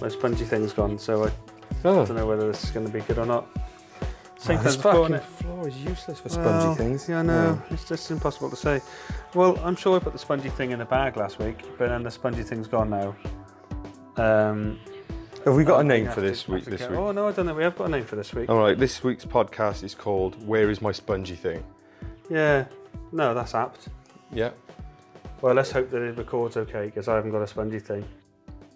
my spongy thing's gone, so I Oh, don't know whether this is going to be good or not. Same thing man, this before, fucking innit? floor is useless for Well, spongy things. Yeah, I know. It's just impossible to say. Well, I'm sure I put the spongy thing in a bag last week, but then the spongy thing's gone now. Um, Have we got a I'm name gonna for have this to- week? have to This go- week. Oh. Oh no, I don't know. We have got a name for this week. All right, this week's podcast is called "Where Is My Spongy Thing." Yeah. No, that's apt. Yeah. Well, let's hope that it records okay because I haven't got a spongy thing.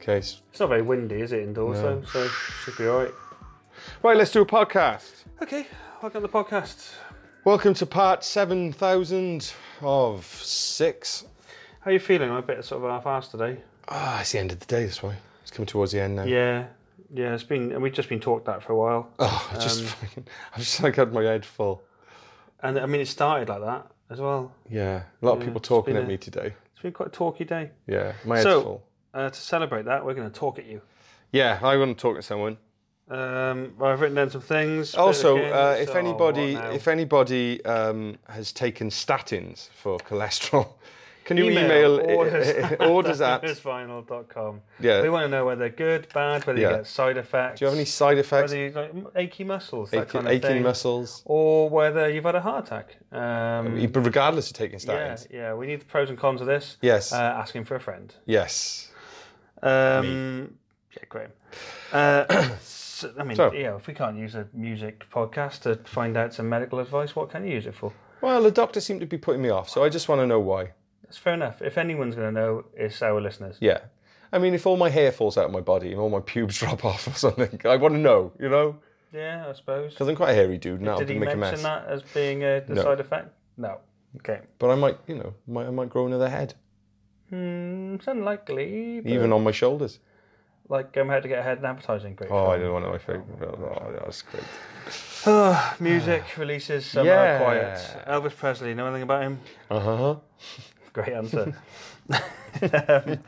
Okay. s- It's not very windy, is it indoors No. though? So should be all right. Right, let's do a podcast. Okay, welcome to the podcast. Welcome to part seven thousand of six. How are you feeling? I'm a bit sort of half-assed today. Ah, it's the end of the day. That's why it's coming towards the end now. Yeah, yeah. It's been and we've just been talked that for a while. Oh, I just Um, fucking, I've just like had my head full. And I mean, it started like that as well. Yeah, a lot of Yeah, people it's talking been at a- me today. It's been quite a talky day. Yeah, my head's So- full. Uh, to celebrate that, we're going to talk at you. Yeah, I want to talk to someone. Um, well, I've written down some things. but Also, again, uh, it's- if oh, anybody, what now? if anybody um, has taken statins for cholesterol, can you Email email, orders- orders, orders at? nerdvinyl.com. Yeah. We want to know whether they're good, bad, whether Yeah. you get side effects. Do you have any side effects? whether you like m- achy muscles, that Aching, kind of aching thing, muscles. or whether you've had a heart attack. Um, But regardless of taking yeah, statins. yeah. We need the pros and cons of this. Yes. Uh, asking for a friend. yes. Um, yeah, Graham. Uh, so, I mean, So- yeah. If we can't use a music podcast to find out some medical advice, what can you use it for? Well, the doctor seemed to be putting me off, so I just want to know why. That's fair enough. If anyone's going to know, it's our listeners. Yeah. I mean, if all my hair falls out of my body and all my pubes drop off or something, I want to know, you know? Yeah, I suppose. Because I'm quite a hairy dude and that'll Did he make a mention mess. that as being a the No. side effect? No. Okay. But I might, you know, might, I might grow another head, Hmm, it's unlikely. But even on my shoulders. like, um, how to get ahead in advertising. Great. Oh, I don't want to. I think. Oh, that's great. Music releases some Yeah. are quiet. Elvis Presley. Know anything about him? Uh huh. Uh-huh. Great answer. um,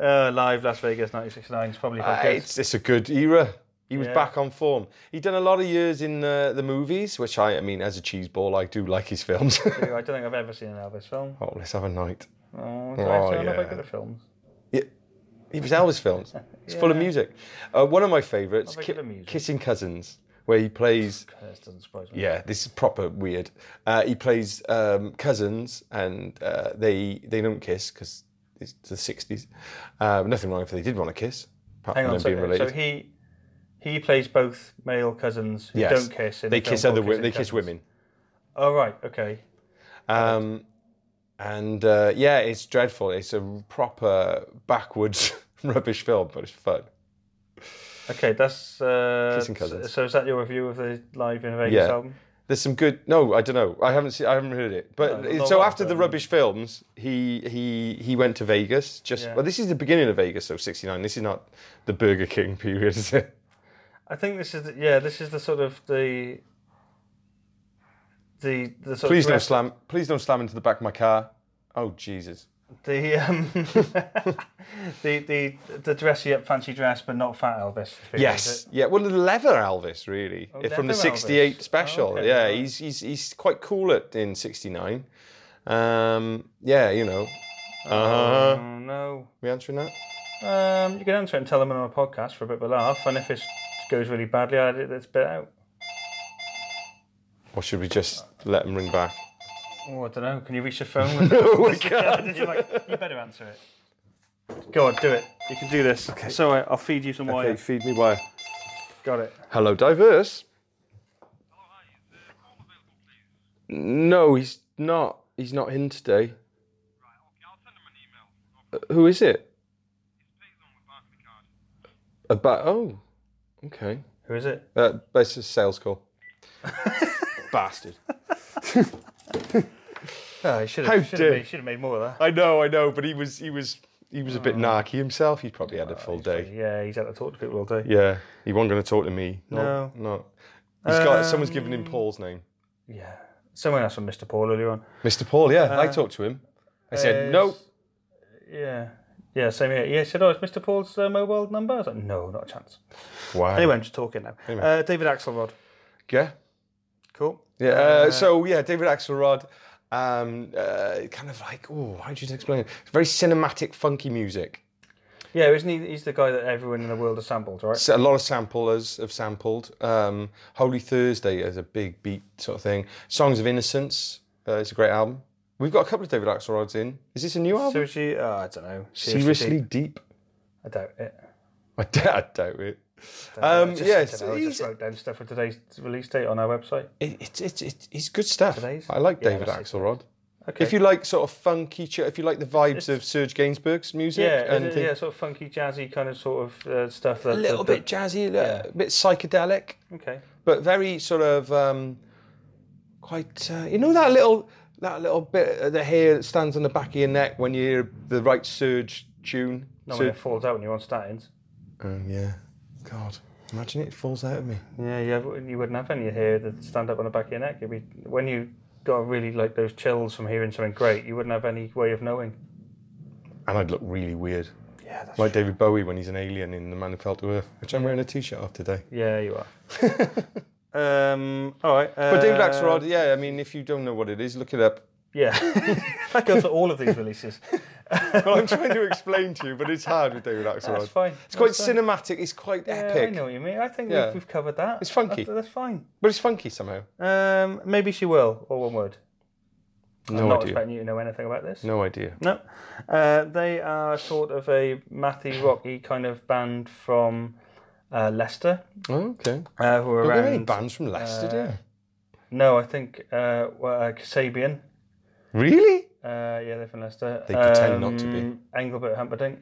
uh, live Las Vegas 1969 is probably podcast. it's it's a good era. He was Yeah. back on form. He'd done a lot of years in uh, the, the movies, which I, I mean, as a cheese ball, I do like his films. I don't think I've ever seen an Elvis film. oh, let's have a night. Oh, do I Oh, sound not very yeah. good at films? He was Elvis films. It's full of music. Uh, one of my favourites, Not very Ki- good at music. Kissing Cousins, where he plays. This doesn't surprise me. Yeah, this is proper weird. Uh, he plays um, cousins, and uh, they they don't kiss because it's the '60s. Uh, nothing wrong if they did want to kiss, apart Hang from on a them being second. related. So he he plays both male cousins who Yes. don't kiss. In they the film kiss other called women. They Kissing kiss Cousins. women. Oh right, okay. Um, and uh, yeah, it's dreadful. It's a proper backwards rubbish film, but it's fun. Okay, that's uh, Kissing so- Cousins. So is that your review of the live in Vegas Yeah. album? There's some good. No, I don't know. I haven't seen. I haven't heard it. But No, no, so no, after the but- um, rubbish films, he he he went to Vegas. Just Yeah. well, this is the beginning of Vegas. So '69. This is not the Burger King period, is it? I think this is the, yeah, this is the sort of the the the sort Please of don't rest- slam. Please don't slam into the back of my car. Oh Jesus. the um, the the the dressy up fancy dress but not fat Elvis. feel, is Yes. it? Yeah. Well, the leather Elvis, really, eh, from leather the '68 Elvis. special. Oh, okay, yeah, right. he's he's he's quite cool at in '69. Um, yeah, you know. Uh huh. Oh no. We answering that? Um, you can answer it and tell them on a podcast for a bit of a laugh, and if it goes really badly, I edit this bit out. Or should we just let him ring back? Oh, I don't know. Can you reach your phone? With Oh my God. You're like, you better answer it. Go on, do it. You can do this. Okay. So I'll feed you some Okay, wire. feed me wire. Got it. Hello, diverse. No, he's not. He's not in today. Uh, Who is it? About oh, okay. Who is it? Uh, that's a sales call. Bastard. Oh, you should How have, should dare- have, made, should have made more of that. I know, I know, but he was, he was, he was a bit narky himself. He probably had a full day. Yeah, he's had to talk to people all day. Yeah, he wasn't going to talk to me. No. no. He's got someone's given him Paul's name. Yeah. Someone asked for Mr. Paul earlier on. Mr. Paul, yeah, I talked to him. I said, uh, no, Yeah. Yeah, same here. Yeah, he said, oh, it's Mr. Paul's uh, mobile number. I was like, no, not a chance. Wow. Anyway, I'm just talking now. Uh, David Axelrod. Yeah. Cool. Yeah. Uh, so, yeah, David Axelrod, um, uh, kind of like, oh, how do you explain it? Very cinematic, funky music. Yeah, isn't he? He's the guy that everyone in the world has sampled, right? So a lot of samplers have sampled. Um, Holy Thursday is a big beat sort of thing. Songs of Innocence uh, is a great album. We've got a couple of David Axelrod's in. Is this a new album? Seriously, oh, I don't know. Seriously deep. I doubt it. I doubt, I doubt it. I Um, just, yeah, I it's, don't know, I just he's, wrote down stuff for today's release date on our website. it- it's, it's, it's, it's good stuff. Today's? I like Yeah, David that's Axelrod. Okay. If you like sort of funky, ch- if you like the vibes of Serge Gainsbourg's music, yeah, and is it, thi- yeah, sort of funky, jazzy kind of sort of uh, stuff. That, a little bit jazzy, a little- Yeah. a bit psychedelic, Okay. but very sort of um, quite. Uh, you know that little that little bit of the hair that stands on the back of your neck when you hear the right Surge tune. Not when Surge- it falls out when you're on statins. Um, yeah, God, imagine it falls out of me. Yeah, you, have, you wouldn't have any hair that stand up on the back of your neck. It'd be, when you got really like those chills from hearing something great, you wouldn't have any way of knowing. And I'd look really weird, Yeah, that's like David Bowie when he's an alien in The Man Who Fell to Earth, which I'm wearing a T-shirt of today. Yeah, you are. um, all right. Uh, But David Axelrod, yeah, I mean, if you don't know what it is, look it up. Yeah. that goes for all of these releases. Well, I'm trying to explain to you, but it's hard with David Axelrod. That's fine. It's quite That's fine. cinematic. It's quite Yeah, I epic, know what you mean. I think Yeah. we've, we've covered that. It's funky. That's, that's fine. but it's funky somehow. Um, maybe she will, or one word. I'm No not idea. expecting you to know anything about this. No idea. No. Uh, they are sort of a mathy rocky kind of band from uh, Leicester, Oh, okay. uh, who are Are there any around. bands from Leicester? yeah. No, I think uh, well, uh, Kasabian. Really? Uh, yeah, they're from Leicester. Um, They pretend not to be. Engelbert Humperdinck,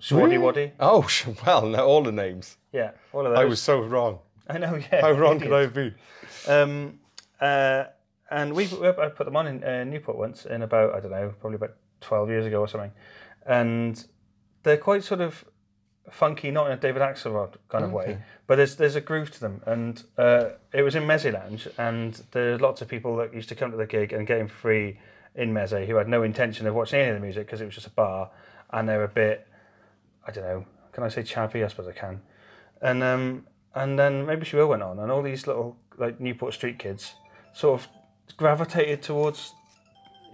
Swaddy Waddy. Oh, sh- well, no, all the names. Yeah, all of those. I was so wrong. I know. Yeah. How wrong could idiots. I be? Um, uh, and we, we I put them on in uh, Newport once in about I don't know probably about twelve years ago or something, and they're quite sort of funky, not in a David Axelrod kind of way, but there's there's a groove to them, and uh, it was in Mezze Lounge, and there are lots of people that used to come to the gig and get in free in Mezze who had no intention of watching any of the music because it was just a bar, and they're a bit I don't know. Can I say chappy? I suppose I can. And um, and then maybe she will went on, and all these little like Newport Street kids sort of gravitated towards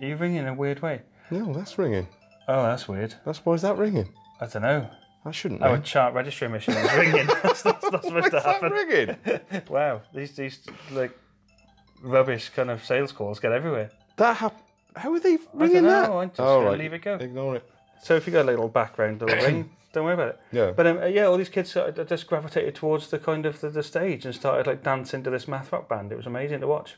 you ringing in a weird way. No, that's ringing. Oh, that's weird. That's why is that ringing? I don't know. I shouldn't. Our ring. chart registry machine is ringing. that's, that's not supposed to What's that happen. ringing? Wow, these these like rubbish kind of sales calls get everywhere. That hap- How are they I ringing don't that? know. I'm just Oh, gonna right. leave it go. Ignore it. So if you got a little background little ring, don't worry about it. Yeah. But um, yeah, all these kids uh, just gravitated towards the kind of the, the stage and started like dancing to this math rock band. It was amazing to watch.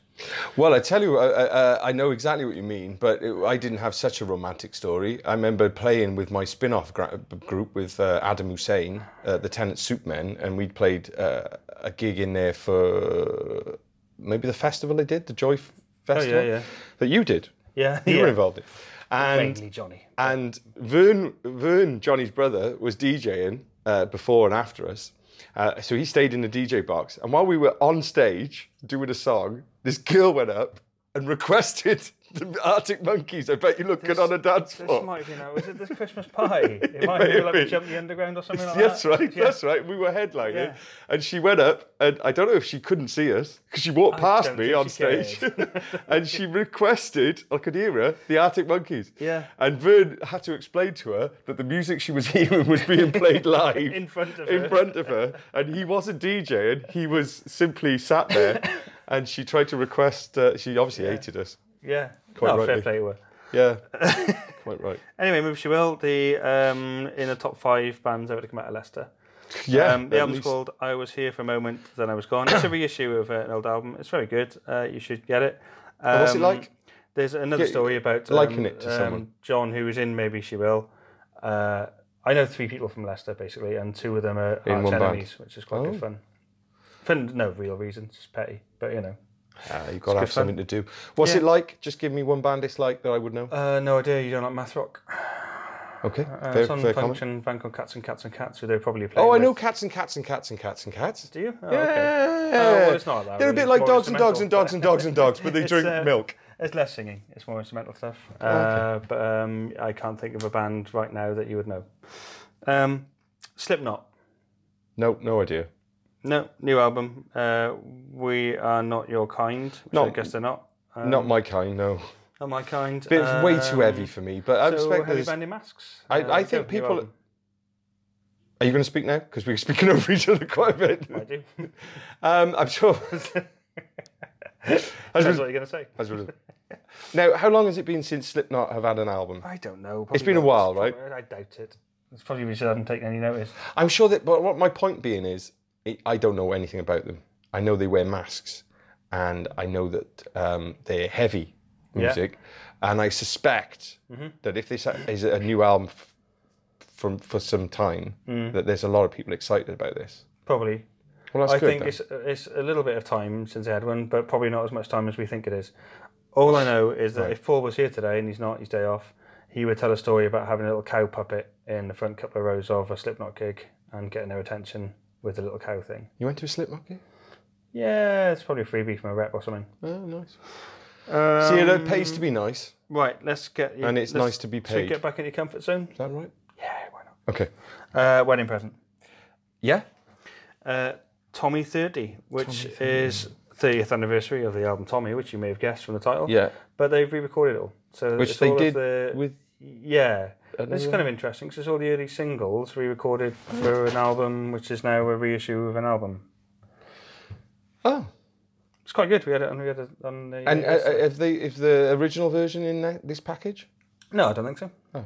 Well, I tell you, I, I, I know exactly what you mean, but it, I didn't have such a romantic story. I remember playing with my spin off gra- group with uh, Adam Hussein, uh, the Tenant Soup Men, and we'd played uh, a gig in there for maybe the festival I did, the Joy F- Festival. Oh, yeah. That you did. Yeah, You yeah. were involved in. And mainly Johnny. and Vern, Vern, Johnny's brother, was DJing uh, before and after us. Uh, so he stayed in the DJ box. And while we were on stage doing a song, this girl went up and requested the Arctic Monkeys. I bet you look good on a dance This floor. might have been, uh, was it this Christmas party? It might have may been have like been. Jump the Underground or something like That's that. right. That's right. We were headlining, Yeah. and she went up, and I don't know if she couldn't see us because she walked past don't me think on she stage, and she requested I could hear her the Arctic Monkeys. Yeah. And Vern had to explain to her that the music she was hearing was being played live In front of in her. front of her, and he wasn't DJing. He was simply sat there, and she tried to request. Uh, she obviously hated us. Yeah. Quite oh, fair rightly. play to her. Yeah. Quite right. Anyway, maybe she will. The um, in the top five bands ever to come out of Leicester. Yeah. Um, the at album's least. called "I Was Here for a Moment, Then I Was Gone." It's a reissue of uh, an old album. It's very good. Uh, you should get it. Um, Oh, what's it like? There's another Yeah, story about um, liken it to someone. John, who was in Maybe She Will. Uh, I know three people from Leicester basically, and two of them are In arch one band. enemies, which is quite Oh. good fun. For no real reasons, it's petty, but you know. Ah, you've got to have good fun. something to do. What's Yeah. it like? Just give me one band it's like that I would know. Uh, no idea. You don't like math rock. Okay, Uh, fair, it's on fair comment. Function, band called Cats and Cats and Cats, who they're probably playing. Oh, I with. know cats and cats and cats and cats and cats. Do you? Oh, Yeah. Okay. well, it's not like that, They're really. a bit It's like more dogs and dogs and instrumental. dogs and dogs and dogs, but they It's, drink uh, milk. It's less singing. It's more instrumental stuff. Uh, Oh, Okay. but um, I can't think of a band right now that you would know. Um, Slipknot. No, no idea. No, new album. Uh, we are not your kind. Which I Not- guess they're not. Um, Not my kind. No, not my kind. it's way too Um, heavy for me. But I so expect heavy there's. band in masks. I, Uh, I go, think new people. album. Are you going to speak now? Because we're speaking over each other quite a bit. I do. Um, I'm sure. I was That's what gonna- you're going to say. I was gonna- now, how long has it been since Slipknot have had an album? I don't know. It's been a while, right? I doubt it. It's probably because I haven't taken any notice. I'm sure that, but what my point being is, it, I don't know anything about them. I know they wear masks, and I know that um, they're heavy music, and I suspect Mm-hmm. that if this is a new album f- from for some time, Mm. that there's a lot of people excited about this. Probably. Well, that's I good. think then. it's it's a little bit of time since I had one, but probably not as much time as we think it is. All I know is that if Paul was here today and he's not, he's day off, he would tell a story about having a little cow puppet in the front couple of rows of a Slipknot gig and getting their attention with the little cow thing. You went to a Slipknot gig? Yeah, it's probably a freebie from a rep or something. Oh, nice. Um, See, it pays to be nice. Right, let's get. Um, And it's nice to be So paid. get back in your comfort zone. Is that right? Yeah, why not? Okay. Uh, wedding present. Yeah. Uh, Tommy Thirty, which is 30th anniversary of the album Tommy, which you may have guessed from the title. Yeah. but they've re-recorded it all. So Which it's they all of did the- with. yeah. Another- It's kind of interesting because it's all the early singles re-recorded for an album, which is now a reissue of an album. Oh, It's quite good. We had it on, we had it on the. and uh, uh, if they if the original version in that, this package. no, I don't think so. Oh.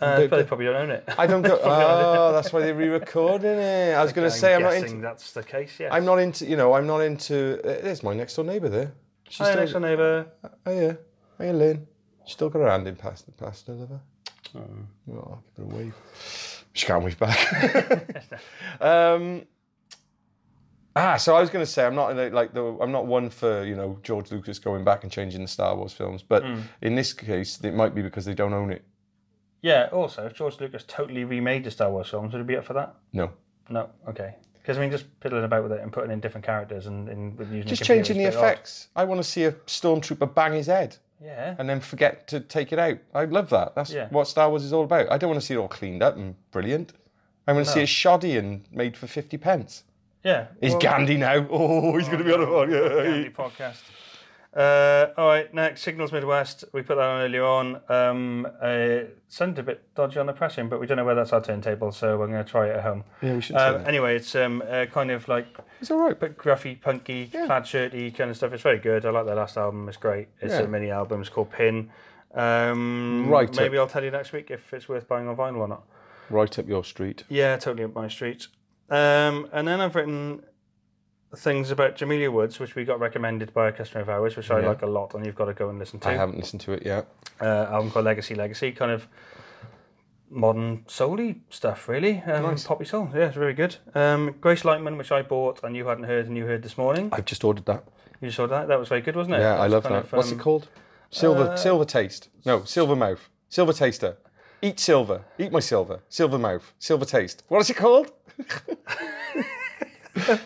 Uh, They- but they- they probably don't own it. I don't go. oh, that's why they're re-recording it. I was going to say I'm not guessing into. that's the case. Yes. I'm not into. You know, I'm not into. Uh, there's my next door neighbour there. She's Hi, still. next door neighbour. Oh yeah. Hey, Lynn. She's still got her hand in pasta, pasta liver. Oh. I'll give her a wave. She can't wave back. um, ah, so I was going to say I'm not like- like the I'm not one for you know George Lucas going back and changing the Star Wars films, but Hmm. in this case it might be because they don't own it. Yeah. Also, if George Lucas totally remade the Star Wars films, would he be up for that? No. No. Okay. Because I mean, just fiddling about with it and putting in different characters and, and with using Just the computer changing the is a bit odd. effects. I want to see a stormtrooper bang his head. Yeah. and then forget to take it out. I love that. That's Yeah. what Star Wars is all about. I don't want to see it all cleaned up and brilliant. I want to see it shoddy and made for 50 pence. Yeah. He's well- Gandhi now. Oh, he's going to be on a one. Gandhi Yeah. podcast. Uh, all right, next Signals Midwest. We put that on earlier on. Um, uh, sounded a bit dodgy on the pressing, but we don't know where that's our turntable, so we're going to try it at home. Yeah, we should say Um, that. anyway, it's um, uh, kind of like It's all right. But bit gruffy, punky, plaid shirty kind of stuff. It's very good. I like their last album. It's great. It's Yeah. a mini album. It's called Pin. Um, Right, Maybe I'll tell you next week if it's worth buying on vinyl or not. right up your street. Yeah, totally up my street. Um, and then I've written things about Jamelia Woods, which we got recommended by a customer of ours, which I like a lot, and you've got to go and listen to. I haven't listened to it yet. Uh, album called Legacy Legacy, kind of modern souly stuff, really. Um, Poppy soul, yeah, it's really good. Um, Grace Lightman, which I bought and you hadn't heard, and you heard this morning. I've just ordered that. You saw that. That was very good, wasn't it? Yeah, I It's love kind that. of, What's it um, called? Silver, silver taste. No, silver mouth. Silver taster. Eat silver. Eat my silver. Silver mouth. Silver taste. What is it called?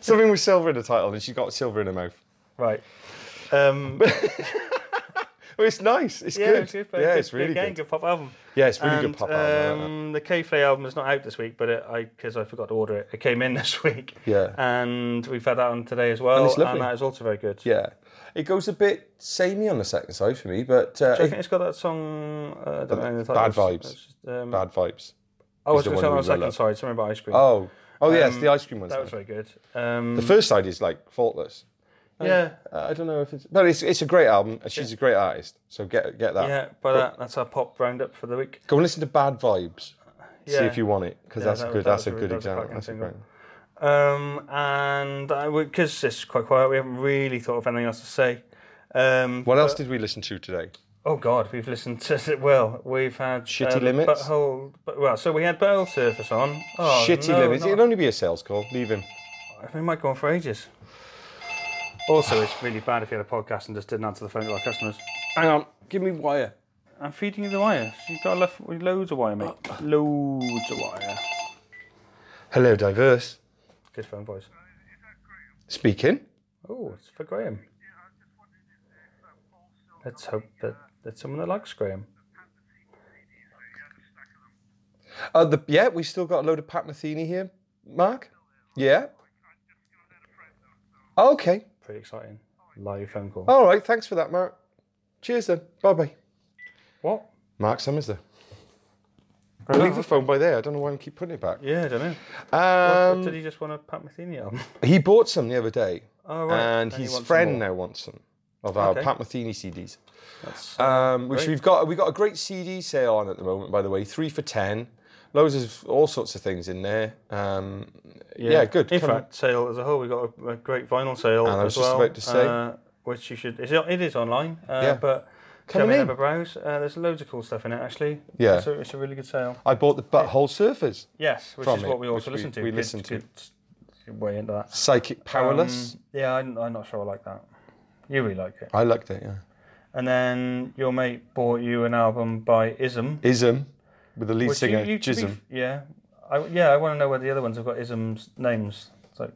Something with silver in the title, and she's got silver in her mouth. Right. Um, Well, it's nice. It's yeah, good. it's good. very yeah, good- it's really gang, good. good pop album. Yeah, it's really And, good pop album. I like Um, the K Flay album is not out this week, but it, I because I forgot to order it, it came in this week. Yeah. and we've had that on today as well, And and, it's lovely. that is also very good. that. yeah, it goes a bit samey on the second side for me, but uh, I think it's got that song. Uh, I don't know the Bad title. Vibes. It's just, Um, bad vibes. I was the going to say on one we the second roll up. side, something about ice cream. Oh, oh yeah, it's the ice cream one. Um, that was very good. Um, The first side is like faultless. yeah, Uh, I don't know if it's, but it's it's a great album. and She's a great artist, so get get that. yeah, but uh, that's our pop roundup for the week. Go and listen to Bad Vibes. Yeah. See if you want it, because that's a that- good. that That's was a a- good that was a example. cracking That's a single. great. Um, and because it's quite quiet, we haven't really thought of anything else to say. Um, What else did we listen to today? Oh God, we've listened to it well. We've had Shitty uh, Limits? Butthole, but, well, so we had Butthole Surface on. Oh, Shitty no, limits. not- It'll only be a sales call. Leave him. we might go on for ages. Also, it's really bad if you had a podcast and just didn't answer the phone to our customers. Hang on. Give me wire. I'm feeding you the wire. You've got left with loads of wire, mate. Uh. Loads of wire. Hello, diverse. Good phone voice. Speaking. Oh, it's for Graham. Let's hope that that's someone that likes Graham. Uh, the, yeah, we still got a load of Pat Metheny here, Mark. Yeah. Okay. Pretty exciting. Live phone call. All right. Thanks for that, Mark. Cheers then. Bye bye. What? Mark Summers there. I leave the phone by there. I don't know why I keep putting it back. Yeah, I don't know. Um, did he just want to pat Matheny on? he bought some the other day, Oh, right. and Then he his wants some friend more. now wants some of our Okay. Pat Metheny CDs. That's, Um, which Great. we've got we've got a great CD sale on at the moment, by the way, three for ten. Loads of all sorts of things in there. Um, yeah. good. In Come- fact, sale as a whole, we got a, a great vinyl sale And I was as just well, about to say. uh, which you should. It's, it is online, uh, Yeah. but Come come in, in. have a browse. Uh, there's loads of cool stuff in it actually. Yeah. it's a, it's a really good sale. I bought the Butthole Surfers. Yes, which From is it, what we also which we- listen to. we Good- listen to. good way into that. Psychic Powerless. Um, yeah, I'm, I'm not sure I like that. You really like it. I liked it. Yeah. And then your mate bought you an album by Ism. Ism with the lead which singer you- you- to be Jism. f- yeah, I, yeah. I want to know whether the other ones have got Ism's names. It's like,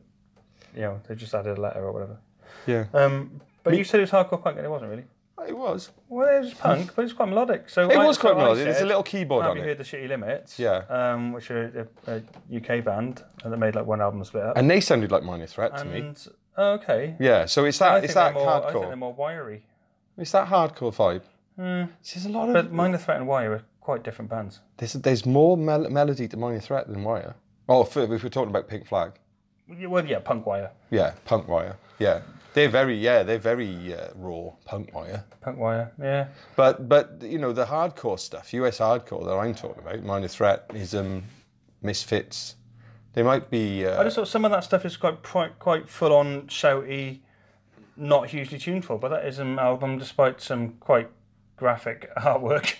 you know, they just added a letter or whatever. yeah, Um, but you said it was hardcore punk, and it wasn't really. Uh, it was. Well, it was punk, but it's quite melodic. So Hmm. It I- was so quite I melodic. There's a said, little keyboard Have on you it, heard the Shitty Limits? Yeah. Um, which are a, a UK band and they made like one album split up. and they sounded like Minor Threat to me. And oh, okay, Yeah, so it's I that think it's they're that more, I think hardcore. they're more wiry. It's that hardcore vibe. There's a lot of Hmm. But Minor Threat and Wire are quite different bands. there's there's more mel- melody to Minor Threat than Wire. Oh, if if we're talking about Pink Flag. Well, yeah, Punk Wire. Yeah, punk wire. Yeah, they're very yeah they're very uh, raw punk wire. Punk Wire, yeah. But but you know the hardcore stuff, US hardcore that I'm talking about, Minor Threat, Ism, Misfits. They might be I uh, just thought some of that stuff is quite quite, quite full on shouty, not hugely tuneful. But that is an album, despite some quite graphic artwork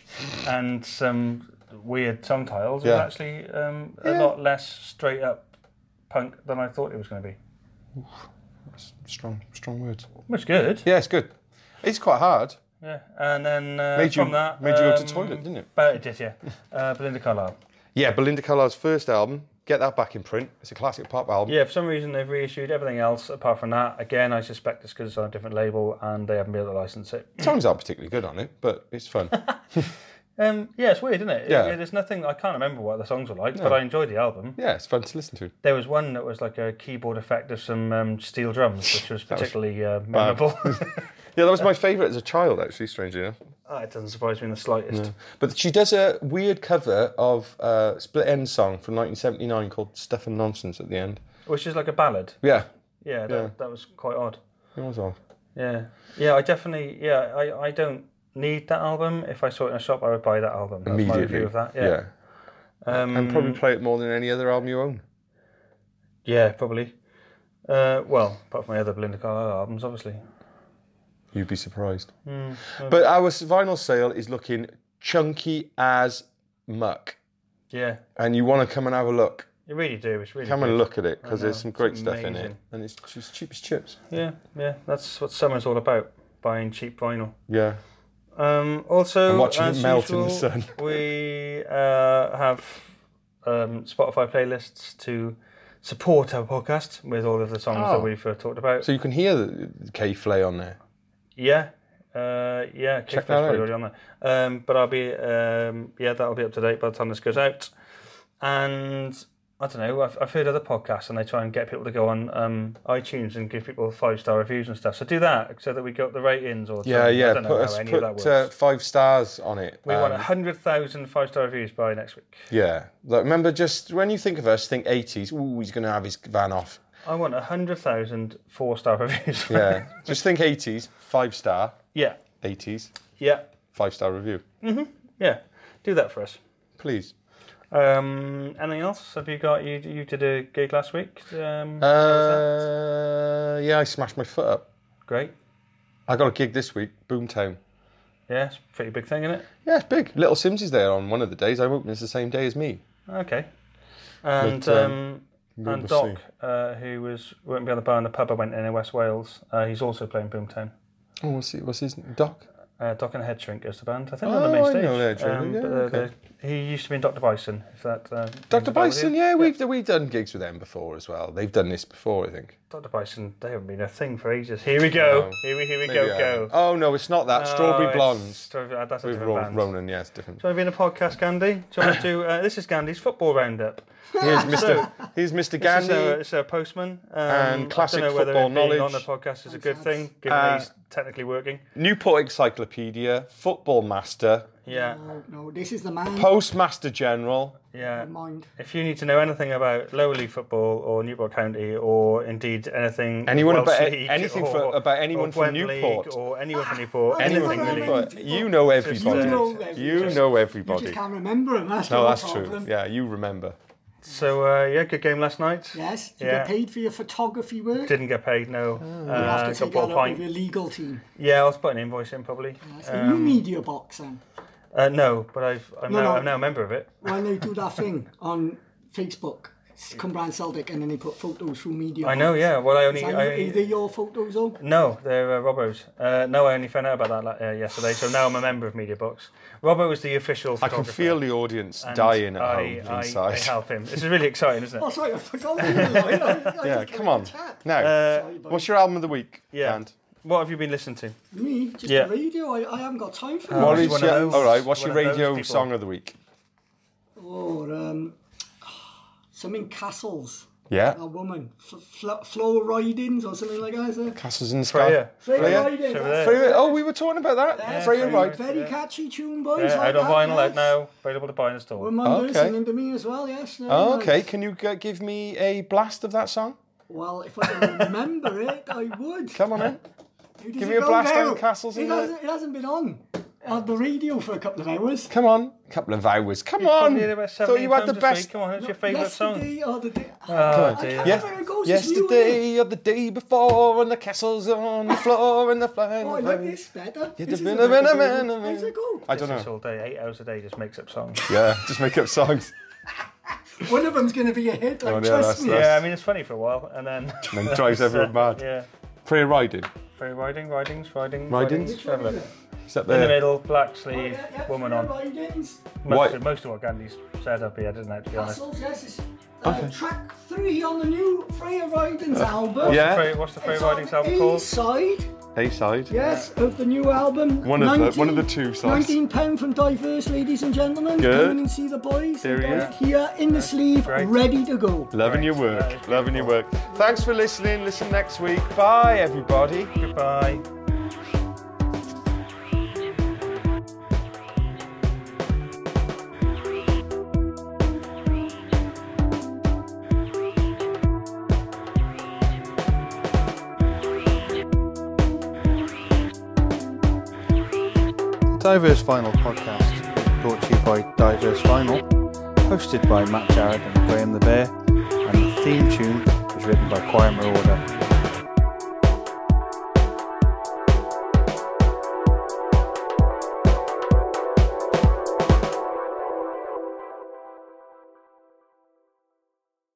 and some weird song titles, Yeah. was actually um, a Yeah. lot less straight up punk than I thought it was going to be. strong strong words. Which is good. Yeah, it's good. It's quite hard. Yeah. And then uh, Made you- from that, made you go to toilet, didn't it? But it did, yeah. Uh, Belinda Carlisle. Yeah, Belinda Carlisle's first album. Get that back in print. It's a classic pop album. Yeah, for some reason they've reissued everything else apart from that. Again, I suspect it's because it's on a different label and they haven't been able to license it. Songs aren't particularly good on it, but it's fun. Um, yeah, it's weird, isn't it? Yeah. Yeah, There's nothing, I can't remember what the songs were like, but I enjoyed the album. yeah, it's fun to listen to. There was one that was like a keyboard effect of some um, steel drums, which was particularly uh, memorable. Yeah, that was my favourite as a child, actually. Strangely enough. Ah, it doesn't surprise me in the slightest. But she does a weird cover of a split end song from 1979 called Stuff and Nonsense at the end. Which is like a ballad. Yeah, Yeah, that, that was quite odd. it was odd. Yeah. Yeah, I definitely, yeah, I, I don't need that album. If I saw it in a shop, I would buy that album. That's my review of that. Yeah. Um, And probably play it more than any other album you own. Yeah, probably. Uh, well, apart from my other Belinda Carlisle albums, obviously. You'd be surprised. Hmm, but our s- vinyl sale is looking chunky as muck. Yeah, And you want to come and have a look. you really do. It's really Come good. and look at it because I know, there's some great it's stuff in it. amazing. And it's just cheap as chips. Yeah, yeah, that's what summer's all about: buying cheap vinyl. Yeah. Um, also, And watching it as melt in the usual, sun. we uh, have um, Spotify playlists to support our podcast with all of the songs Oh. that we've uh, talked about. So you can hear the the K Flay on there. yeah, uh, yeah, Kick that Flip's probably out. already on there. Um, but I'll be, um, yeah, that'll be up to date by the time this goes out. And I don't know, I've, I've heard other podcasts and they try and get people to go on um, iTunes and give people five star reviews and stuff. So do that so that we got the ratings or something. Yeah, I yeah. don't know Put, how us, any of put that works. uh, five stars on it. We Um, want 100,000 five star reviews by next week. Yeah. Like, remember, just when you think of us, think 80s. Ooh, he's going to have his van off. I want 100,000 four star reviews. Yeah. just think 80s, five star, yeah. 80s, Yeah. five star review. Yeah. Do that for us. Please. Um, anything else? Have you got you? You did a gig last week. Um, Uh, yeah, I smashed my foot up. great. I got a gig this week, Boomtown. Yeah, it's a pretty big thing, isn't it? Yeah, it's big. Little Sims is there on one of the days. I open it's the same day as me. Okay. And But, um, um, and we'll Doc, uh, who was working behind the bar in the pub I went in in West Wales, uh, he's also playing Boomtown. Oh, what's, he, what's his Doc? Uh, Doc and the Head Shrink is the band. I think they're on the main Oh, I stage. know the Head Shrink, yeah, but, uh, okay. the- He used to be in Doctor Bison. If that. Uh, rings Dr. a bell with you. Bison, yeah, we've, we've done gigs with them before as well. They've done this before, I think. Dr. Bison, they haven't been a thing for ages. Here we go. No. Here we, here we Maybe go, I go. haven't. Oh, no, it's not that. Strawberry it's- Blondes Strawberry- uh, that's a with different Ro- band. Ronan. Yeah, it's different. Do you want to be in a podcast, Gandhi? Do you want to do? Uh, this is Gandhi's football roundup. uh, Here's Mr. Here's Mr. um, Uh, This technically working. Newport Encyclopedia, Football Master, Yeah, No, no, this is the man. Postmaster General. yeah. Mind. If you need to know anything about lower league football or Newport County or indeed anything, Anyone Welsh about- league anything or, for- about or anyone from Gwent Newport. league or anyone from Newport, Anyone anything from really. Newport. You know You know everybody. everybody. You know You just everybody. can't remember him. That's No, your that's true. problem. Yeah, you remember. So uh, yeah, good game last night. Yes, you Yeah. get paid for your photography work. Didn't get paid. No, you uh, Oh, have got to take that bought a up with your pint. legal team. Yeah, I'll put an invoice in probably. That's the new media box then. Uh, no, but I've, I'm, No, now, no. I'm now a member of it. When they do that thing on Facebook, it's Cumbrian Celtic, and then they put photos through media. I know. Yeah. Well, I only. Is I, that you- are they your photos though? No, they're uh, Robbo's. Uh, no, I only found out about that like, uh, yesterday, so now I'm a member of Media Box. Robbo is the official. I can photographer, feel the audience and dying at I, home I, I inside. help him. This is really exciting, isn't Oh, it? sorry, I forgot. you were like- I- I Yeah, just come came on. in the chat. Now, Uh, Sorry, buddy. what's your album of the week? Yeah. And What have you been listening to? Me, just Yeah. the radio. I, I haven't got time for Well, that. what he's is one of your, those- all right, what's one your of those radio people. song of the week? Or um, something castles. Yeah. A woman, F- fl- Flo Ridings or something like that. Is it? Castles in the Sky. Freya. Freya Freya. Ridings, Freya. that's Freya- Oh, we were talking about that. Freya Freya. Wright. Very catchy tune, boys. Yeah, like Uh, out on that, vinyl yes. out now, available to buy in the store. Ramondo Okay. singing to me as well, yes. very Oh, nice. okay, can you g- give me a blast of that song? Well, if I can remember it, I would. Come on in. Who does give it me a go blast now? on Castles It in the- hasn't, it hasn't been on on the radio for a couple of hours. Come on. A couple of hours. Come on. Probably about Thought you 17 had the times this week. best. Come on, it's your favourite song. Yesterday or the day. Oh, I dear. can't Yes- remember it goes. It's new, isn't it? yesterday or the day before, and the castle's on the floor, and the flying. Oh, I like this better. You'd have This is been a better man, a game. man, a There's a goal. I This don't is know. all day, eight hours a day, just makes up songs. Yeah, just make up songs. One of them's going to be a hit. Like, Oh, no, trust that's- me. that's- yeah, I mean it's funny for a while, and then And then drives everyone mad. yeah, Freya Riding. very riding, ridings, riding, Ridings? ridings. Have a look. Is that In the there? middle, black Oh, sleeve, yeah, yeah, woman Freya on. Ridings. Most Why- of, most of what Gandhi's said up here, didn't it, to be honest. Castles, yes. It's, uh, Track three on the new Freya Ridings album. Uh, Yeah. Fra- What's the Frey It's on Ridings album called? A-side, Hayside. yes, of the new album. One of the- one of the two sides. 19 pound from Diverse Ladies and Gentlemen. Good. Come in and see the boys. There They've got we it here in the sleeve, great. ready to go. Loving your Great. That work. is Loving your work. Thanks for listening. Listen next week. Bye, everybody. Goodbye. Diverse Vinyl podcast is brought to you by Diverse Vinyl, hosted by Matt Jarrett and Graham the Bear, and the theme tune was written by Choir Marauder.